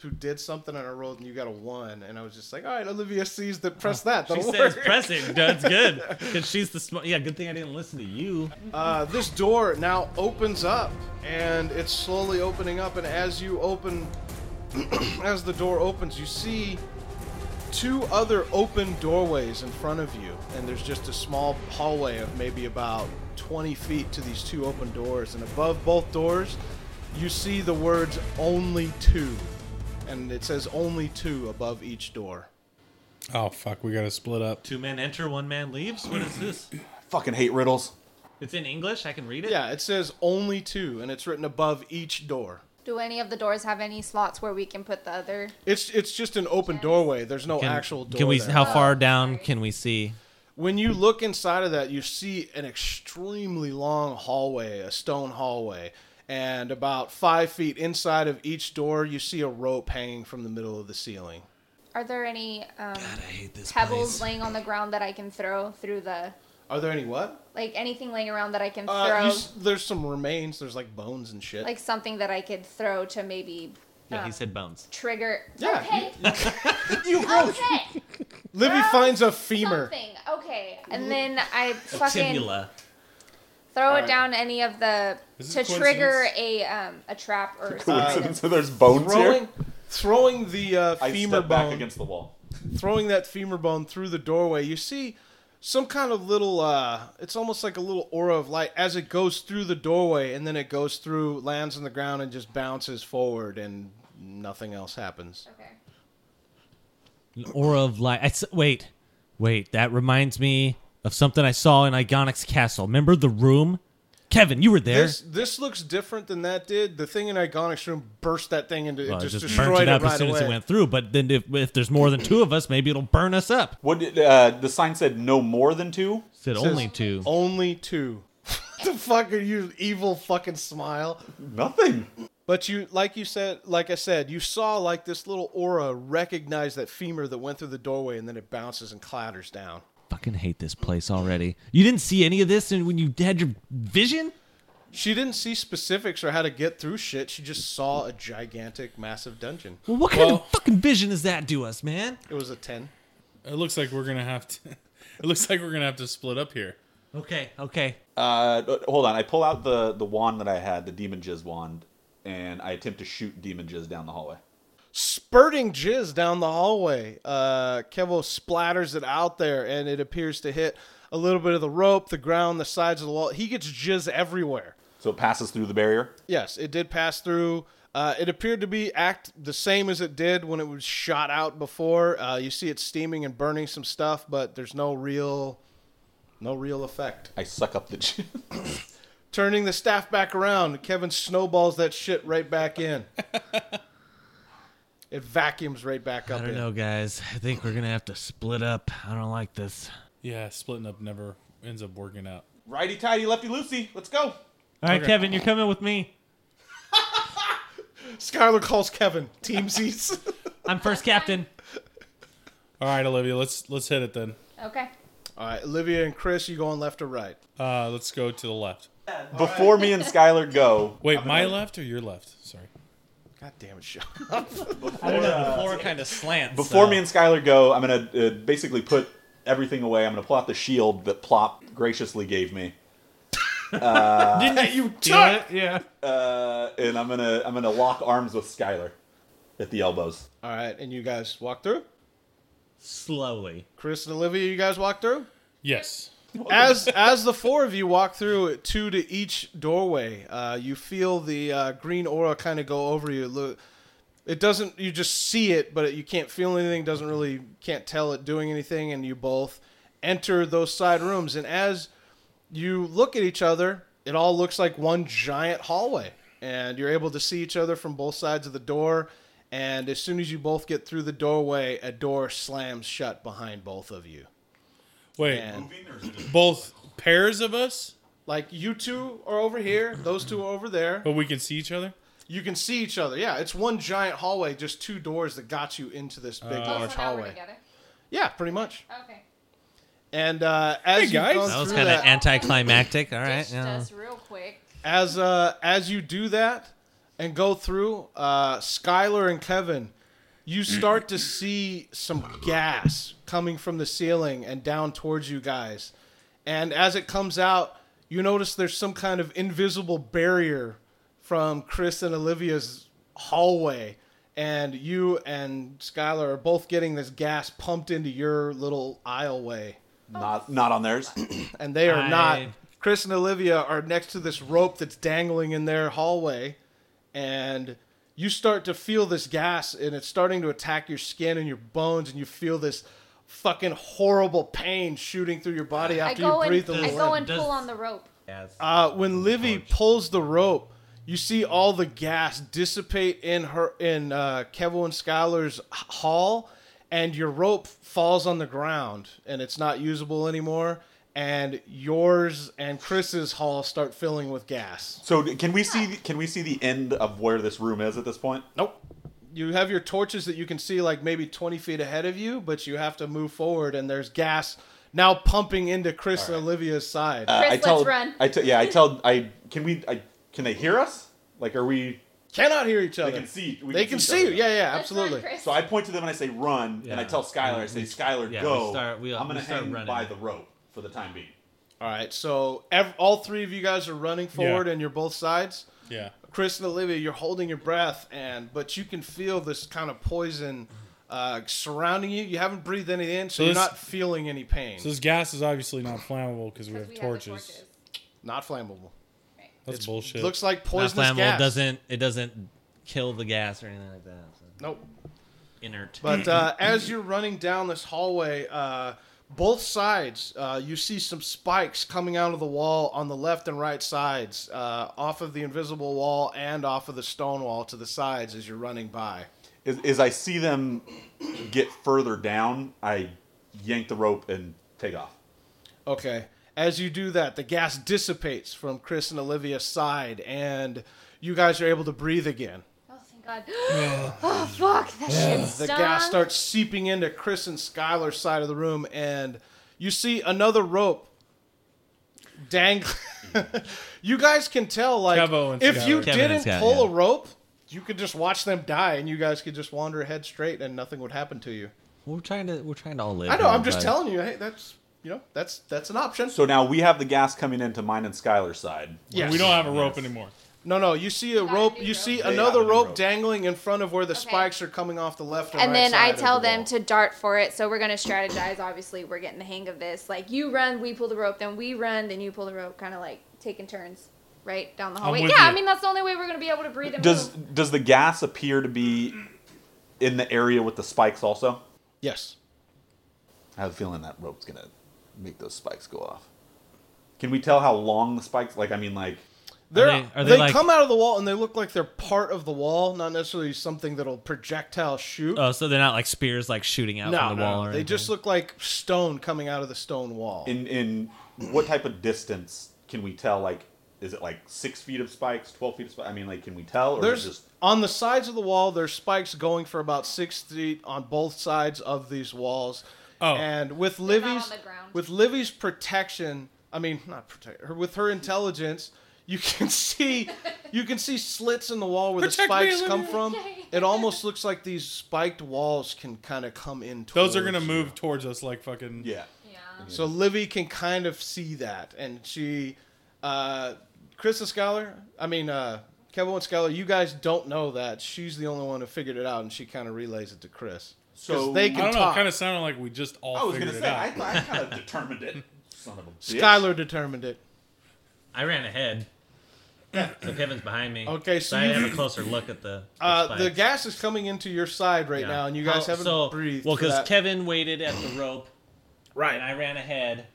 who did something, and I rolled, and you got a one, and I was just like, all right, Olivia sees that, press that. Oh, She That'll says work." press it. That's good because she's the smart. Yeah, good thing I didn't listen to you. Uh, this door now opens up, and it's slowly opening up. And as you open, as the door opens, you see two other open doorways in front of you, and there's just a small hallway of maybe about 20 feet to these two open doors. And above both doors, you see the words "Only Two," and it says "Only Two" above each door. Oh fuck, we gotta split up. Two men enter, one man leaves. What is this? Fucking hate riddles. It's in English. I can read it. Yeah, it says "Only Two," and it's written above each door. Do any of the doors have any slots where we can put the other? It's it's just an open doorway. There's no Can- actual door. Can we? there. How far Oh, down sorry. can we see? when you look inside of that, you see an extremely long hallway, a stone hallway, and about five feet inside of each door, you see a rope hanging from the middle of the ceiling. Are there any um, I hate this pebbles laying on the ground that I can throw through the Are there any what? like anything laying around that I can Uh, throw? you s- there's some remains. There's like bones and shit. like something that I could throw to maybe Yeah, uh, he said bones. trigger. Yeah, Okay. you gross. okay. Libby Throw finds a femur. Something. Okay. And then I fucking Tibula. throw it down any of the Is to this a trigger a um a trap or something. Coincidence that there's bones Uh, Throwing, here. throwing the uh, I femur bone step back against the wall. throwing that femur bone through the doorway, you see some kind of little uh it's almost like a little aura of light as it goes through the doorway and then it goes through lands on the ground and just bounces forward and nothing else happens. Okay. Aura of light. I s- wait, wait. That reminds me of something I saw in Igonix Castle. Remember the room? Kevin, you were there. This this looks different than that did. The thing in Igonic's room burst that thing into Well, it it just, just burnt destroyed it it, up right as soon away. as it went through. But then if, if there's more than two of us, maybe it'll burn us up. What did uh, the sign said? No more than two. Said Says- only two. Only two. the fuck are you evil fucking smile? Nothing. But you, like you said, like I said, you saw like this little aura recognize that femur that went through the doorway, and then it bounces and clatters down. Fucking hate this place already. You didn't see any of this, and when you had your vision, She didn't see specifics or how to get through shit. She just saw a gigantic, massive dungeon. well, what kind Well- of fucking vision does that do us, man? It was a ten. It looks like we're gonna have to it looks like we're gonna have to split up here. Okay, okay. Uh, uh, hold on. I pull out the the wand that I had, the demon jizz wand, and I attempt to shoot demon jizz down the hallway. Spurting jizz down the hallway. Uh, Kevo splatters it out there, and it appears to hit a little bit of the rope, the ground, the sides of the wall. He gets jizz everywhere. So it passes through the barrier. Yes, it did pass through. Uh, it appeared to be act the same as it did when it was shot out before. Uh, you see it steaming and burning some stuff, but there's no real, no real effect. I suck up the jizz. Turning the staff back around, Kevin snowballs that shit right back in. it vacuums right back I up. don't in. know, guys. I think we're gonna have to split up. I don't like this. Yeah, splitting up never ends up working out. Righty tighty, lefty loosey. Let's go. All right, Kevin, you're coming with me. Skylar calls Kevin. Team Z's. I'm first captain. Alright, Olivia, let's let's hit it then. Okay. All right, Olivia and Chris, you going left or right? Uh let's go to the left. Before me and Skylar go, Wait, my left or your left? Sorry. God damn it, Sean. The floor kind of slants. Before me and Skylar go, I'm gonna uh, basically put everything away. I'm gonna pull out the shield that Plop graciously gave me, you yeah. uh, and I'm gonna I'm gonna lock arms with Skylar at the elbows. All right, and you guys walk through. Slowly. Chris and Olivia, you guys walk through. Yes. as as the four of you walk through two to each doorway uh, you feel the uh, green aura kind of go over you Look, it doesn't you just see it but you can't feel anything doesn't really can't tell it doing anything and you both enter those side rooms. And as you look at each other, it all looks like one giant hallway. And you're able to see each other from both sides of the door. And as soon as you both get through the doorway, a door slams shut behind both of you. Wait, And both pairs of us, like you two are over here, those two are over there. but we can see each other. You can see each other. Yeah, it's one giant hallway, just two doors that got you into this big Oh, large so now we're hallway. together. Yeah, pretty much. Okay. And uh, as you guys. go That through was kind of that, anticlimactic. All right. Ditched Yeah. us real quick. as uh, as you do that and go through, uh, Skylar and Kevin, you start to see some gas coming from the ceiling and down towards you guys. And as it comes out, you notice there's some kind of invisible barrier from Chris and Olivia's hallway. And you and Skylar are both getting this gas pumped into your little aisleway Not not on theirs. and they are not. I- Chris and Olivia are next to this rope that's dangling in their hallway, and you start to feel this gas, and it's starting to attack your skin and your bones, and you feel this fucking horrible pain shooting through your body I after go you and breathe a I little. go in. and Does- pull on the rope. Yes. Uh, when Livy pulls the rope, you see all the gas dissipate in her in uh, Kevin and Skylar's h- hall, and your rope falls on the ground and it's not usable anymore. And yours and Chris's hall start filling with gas. So d- can we see can we see the end of where this room is at this point? Nope. You have your torches that you can see like maybe 20 feet ahead of you, but you have to move forward, and there's gas now pumping into Chris and Olivia's side. Uh, I let's tell, run. I tell, yeah, I tell. I can we? I can they hear us? Like, are we? Cannot hear each other. can see- we they can can see see each you. other. Yeah, yeah, Let's run, absolutely. Chris. So I point to them and I say, "Run!" And I Yeah. tell Skylar, I say, "Skylar, yeah, we go." start- we- I'm gonna we start hang running. by the rope for the time being. All right, so ev- all three of you guys are running forward, Yeah. and you're both sides. Yeah. Chris and Olivia, you're holding your breath, and but you can feel this kind of poison uh, surrounding you. You haven't breathed any in, so, you're this- not feeling any pain. So this gas is obviously not flammable because we Because have we have the torches. torches. not flammable. That's bullshit. Looks like Not poisonous flammable. gas. Doesn't it doesn't kill the gas or anything like that. so Nope. inert. But uh, as you're running down this hallway, uh, both sides, uh, you see some spikes coming out of the wall on the left and right sides, uh, off of the invisible wall and off of the stone wall to the sides as you're running by. Is, is I see them get further down, I yank the rope and take off. Okay. As you do that, the gas dissipates from Chris and Olivia's side, and you guys are able to breathe again. Oh, thank God. oh, fuck. That shit The stung. gas starts seeping into Chris and Skylar's side of the room, and you see another rope dang. you guys can tell, like, Kevo and if you Skylar. Kevin and didn't Skylar, pull a yeah. rope, you could just watch them die, and you guys could just wander head straight, and nothing would happen to you. we're trying to we're trying to all live. I know. here, I'm just but- telling you. Hey, that's you know, that's that's an option. So now we have the gas coming into mine and Skylar's side. Yes. We don't have a rope anymore. No, no. You see a Gotta rope. do You rope. see Yeah, another gotta do rope rope. dangling in front of where the Okay. spikes are coming off the left. And, and right then side I of the tell them wall. to dart for it. So we're gonna strategize. Obviously, we're getting the hang of this. Like you run, we pull the rope, then we run, then you pull the rope. Kind of like taking turns, right down the hallway. Yeah, with I you. mean that's the only way we're gonna be able to breathe and Does move. does the gas appear to be in the area with the spikes also? Yes. I have a feeling that rope's gonna make those spikes go off. Can we tell how long the spikes? Like I mean, like They're, they- they are they like- come out of the wall and they look like they're part of the wall, not necessarily something that'll projectile shoot. Oh, so they're not like spears like shooting out no, from the no, wall or they anything. just look like stone coming out of the stone wall. in in what type of distance can we tell? Like, is it like six feet of spikes, twelve feet of spikes? I mean, like, can we tell? Or is it there's just on the sides of the wall. There's spikes going for about six feet on both sides of these walls. Oh. and with not Livy's on the ground. with Livy's protection, I mean not protect her with her intelligence, you can see you can see slits in the wall where Protect the spikes me, come Olivia. from. It almost looks like these spiked walls can kind of come in. Those are gonna towards you. move towards us like fucking. yeah? yeah. So Livy can kind of see that, and she, uh, Krista Scholar, I mean, uh, Kevin Scholar, you guys don't know that she's the only one who figured it out, and she kind of relays it to Chris. 'Cause So they I can don't know. talk. It kind of sounded like we just all I was figured gonna it say I, out. I kind of determined it. Son of a bitch. Skylar determined it. I ran ahead. so Kevin's behind me. Okay, so I you- have a closer look at the. the Uh, the spikes. gas is coming into your side right Yeah. now, and you guys How- haven't so, breathed. Well, because because Kevin waited at the rope. Right. and I ran ahead.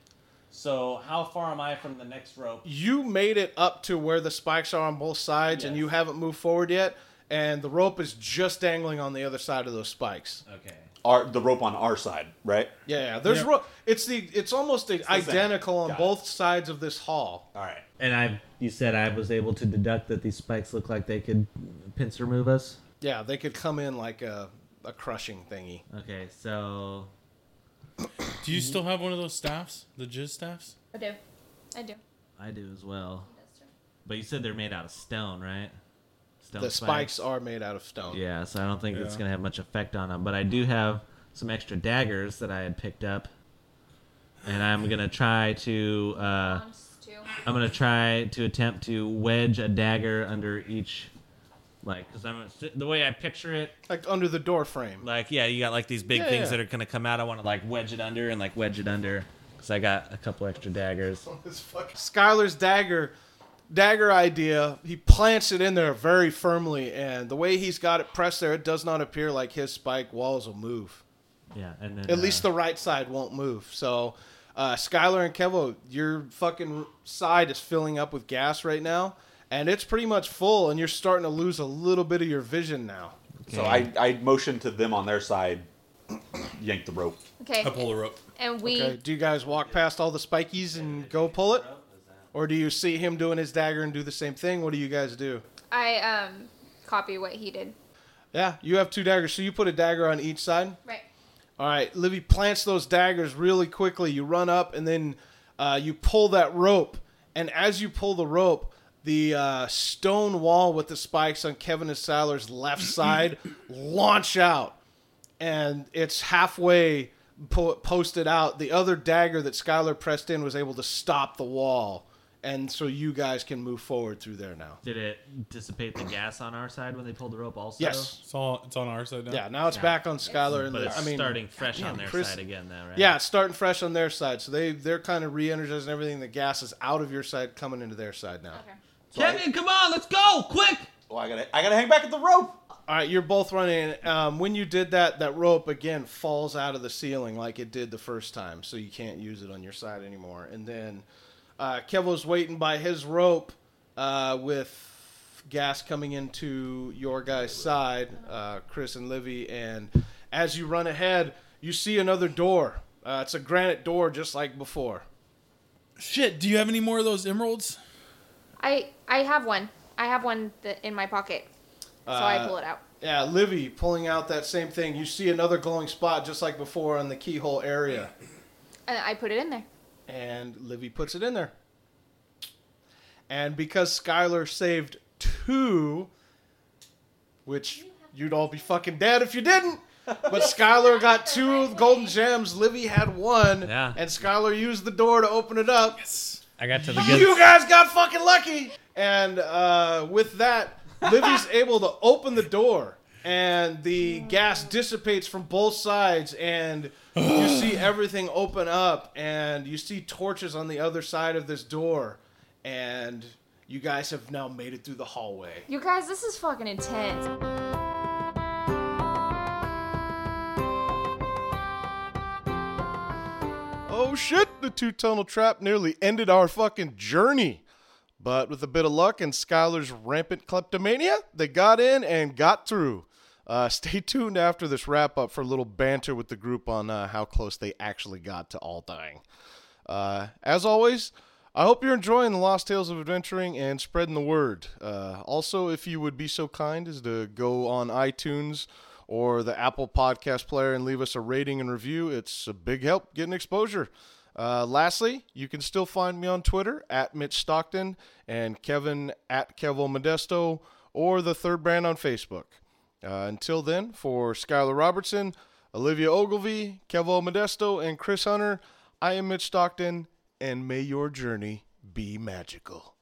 So how far am I from the next rope? you made it up to where the spikes are on both sides and Yes. you haven't moved forward yet and the rope is just dangling on the other side of those spikes Okay. Our, the rope on our side, right? yeah, yeah there's rope it's the it's almost the same. identical on Got it. both sides of this hall All right. And I, you said I was able to deduct that these spikes look like they could pincer move us. yeah they could come in like a, a crushing thingy Oh, Okay, so Do you still have one of those staffs? The jizz staffs? I do. I do. I do as well. But you said they're made out of stone, right? Stone the spikes are made out of stone Yeah, so I don't think it's Yeah. gonna have much effect on them. But I do have some extra daggers that I had picked up, and I'm gonna try to. Uh, One, two. I'm gonna try to attempt to wedge a dagger under each, like, because I'm the way I picture it. like under the door frame Like, yeah, you got like these big Yeah, things yeah. that are gonna come out. I want to like wedge it under and like wedge it under, because I got a couple extra daggers. This fucking- Skylar's dagger dagger idea, he plants it in there very firmly, and the way he's got it pressed there, it does not appear like his spike walls will move. Yeah, and then At least uh, the right side won't move. So uh, Skylar and Kevo, your fucking side is filling up with gas right now, and it's pretty much full, and you're starting to lose a little bit of your vision now. So I, Okay. I motioned to them on their side, yank the rope. Okay. I pull the rope. And we. Okay, do you guys walk past all the spikies and go pull it? Or do you see him doing his dagger and do the same thing? What do you guys do? I um copy what he did. Yeah, you have two daggers, so you put a dagger on each side. Right. All right, Livy plants those daggers really quickly. You run up and then uh, you pull that rope. And as you pull the rope, the uh, stone wall with the spikes on Kevin and Siler's left side launch out. And it's halfway po- posted out. The other dagger that Skylar pressed in was able to stop the wall. And so you guys can move forward through there now. did it dissipate the gas on our side when they pulled the rope? Also, Yes. It's all it's on our side now. Yeah, now it's back on Skylar. And But the- it's I mean, starting fresh on their Chris- side again, though, right? Yeah, it's starting fresh on their side. So they they're kind of re-energizing everything. The gas is out of your side, coming into their side now. Okay. Kevin, come on, let's go, quick! Oh, I gotta I gotta hang back at the rope. All right, you're both running. Um, when you did that, that rope again falls out of the ceiling like it did the first time, so you can't use it on your side anymore. And then uh, Kevo's waiting by his rope uh, with gas coming into your guy's side, uh, Chris and Livy. And as you run ahead, you see another door. Uh, it's a granite door, just like before. Shit, do you have any more of those emeralds? I I have one. I have one th- in my pocket. So I Uh, pull it out. Yeah, Livy pulling out that same thing. You see another glowing spot just like before on the keyhole area. And I put it in there. And Livy puts it in there. And because Skylar saved two, which you'd all be fucking dead if you didn't. But Skylar got two golden gems. Livy had one. Yeah. And Skylar used the door to open it up. I got to the You good. guys got fucking lucky. And uh, with that, Livy's able to open the door, and the gas dissipates from both sides, and you see everything open up, and you see torches on the other side of this door, and you guys have now made it through the hallway. You guys, this is fucking intense. Oh shit, the two tunnel trap nearly ended our fucking journey. But with a bit of luck and Skylar's rampant kleptomania, they got in and got through. Uh, stay tuned after this wrap up for a little banter with the group on uh, how close they actually got to all dying. Uh, as always, I hope you're enjoying the Lost Tales of Adventuring and spreading the word. Uh, also, if you would be so kind as to go on iTunes or the Apple Podcast Player and leave us a rating and review, it's a big help getting exposure. Uh, lastly, you can still find me on Twitter at Mitch Stockton and Kevin at Kevo Modesto or the third brand on Facebook. Uh, until then, for Skylar Robertson, Olivia Ogilvy, Kevo Modesto, and Chris Hunter, I am Mitch Stockton, and may your journey be magical.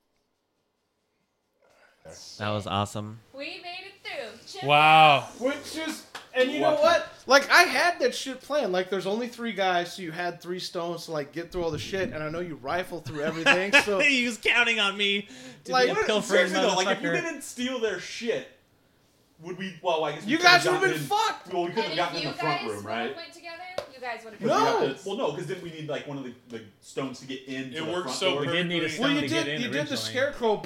That was awesome. We made it through. Wow. Which is, and you know what? Like I had that shit planned. Like there's only three guys, so you had three stones to like get through all the shit. And I know you rifle through everything, so he was counting on me to Like, be a what- pilfering Seriously motherfucker. though, like if you didn't steal their shit, would we? Well, I guess we You could've guys would've gotten been in- fucked. Well, we could And have if gotten you in the guys front room, would've right? went together, you guys would have You done. have No! to- well, no, because then we need like one of the, the stones to get in. It works so We perfect. did need a Well, stone Well, you to get did. in You did the originally. scarecrow.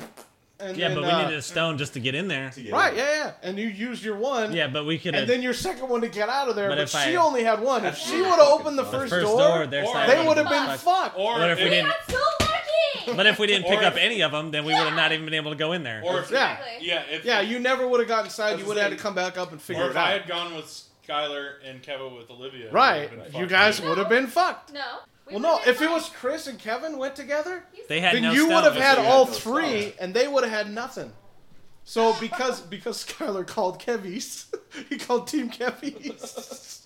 And Yeah, then, but uh, we needed a stone just to get in there. Right. Yeah, yeah. And you used your one. Yeah, but we could And have. then your second one to get out of there, but, But if she I- only had one. If That's she not would have fucking opened the fun. the first, first door, door, their or side they would've would have been been fucked. fucked. Or What if we We didn't- got so lucky. But if we didn't Or pick up if- any of them, then we would have not even been able to go in there. Or if, yeah, yeah, Exactly. yeah, if, yeah, you never would have got inside. That's You the would have had thing. to come back up and figure or it if out. I had gone with Skylar and Keva with Olivia, it right, would've been you fucked. guys would have been fucked. No. we Well, no, would've if been it was Chris and Kevin went together, They had then no you stone. would have had so you all had no three, stone. and they would have had nothing. So because because Skylar called Kevies, he called Team Kevies.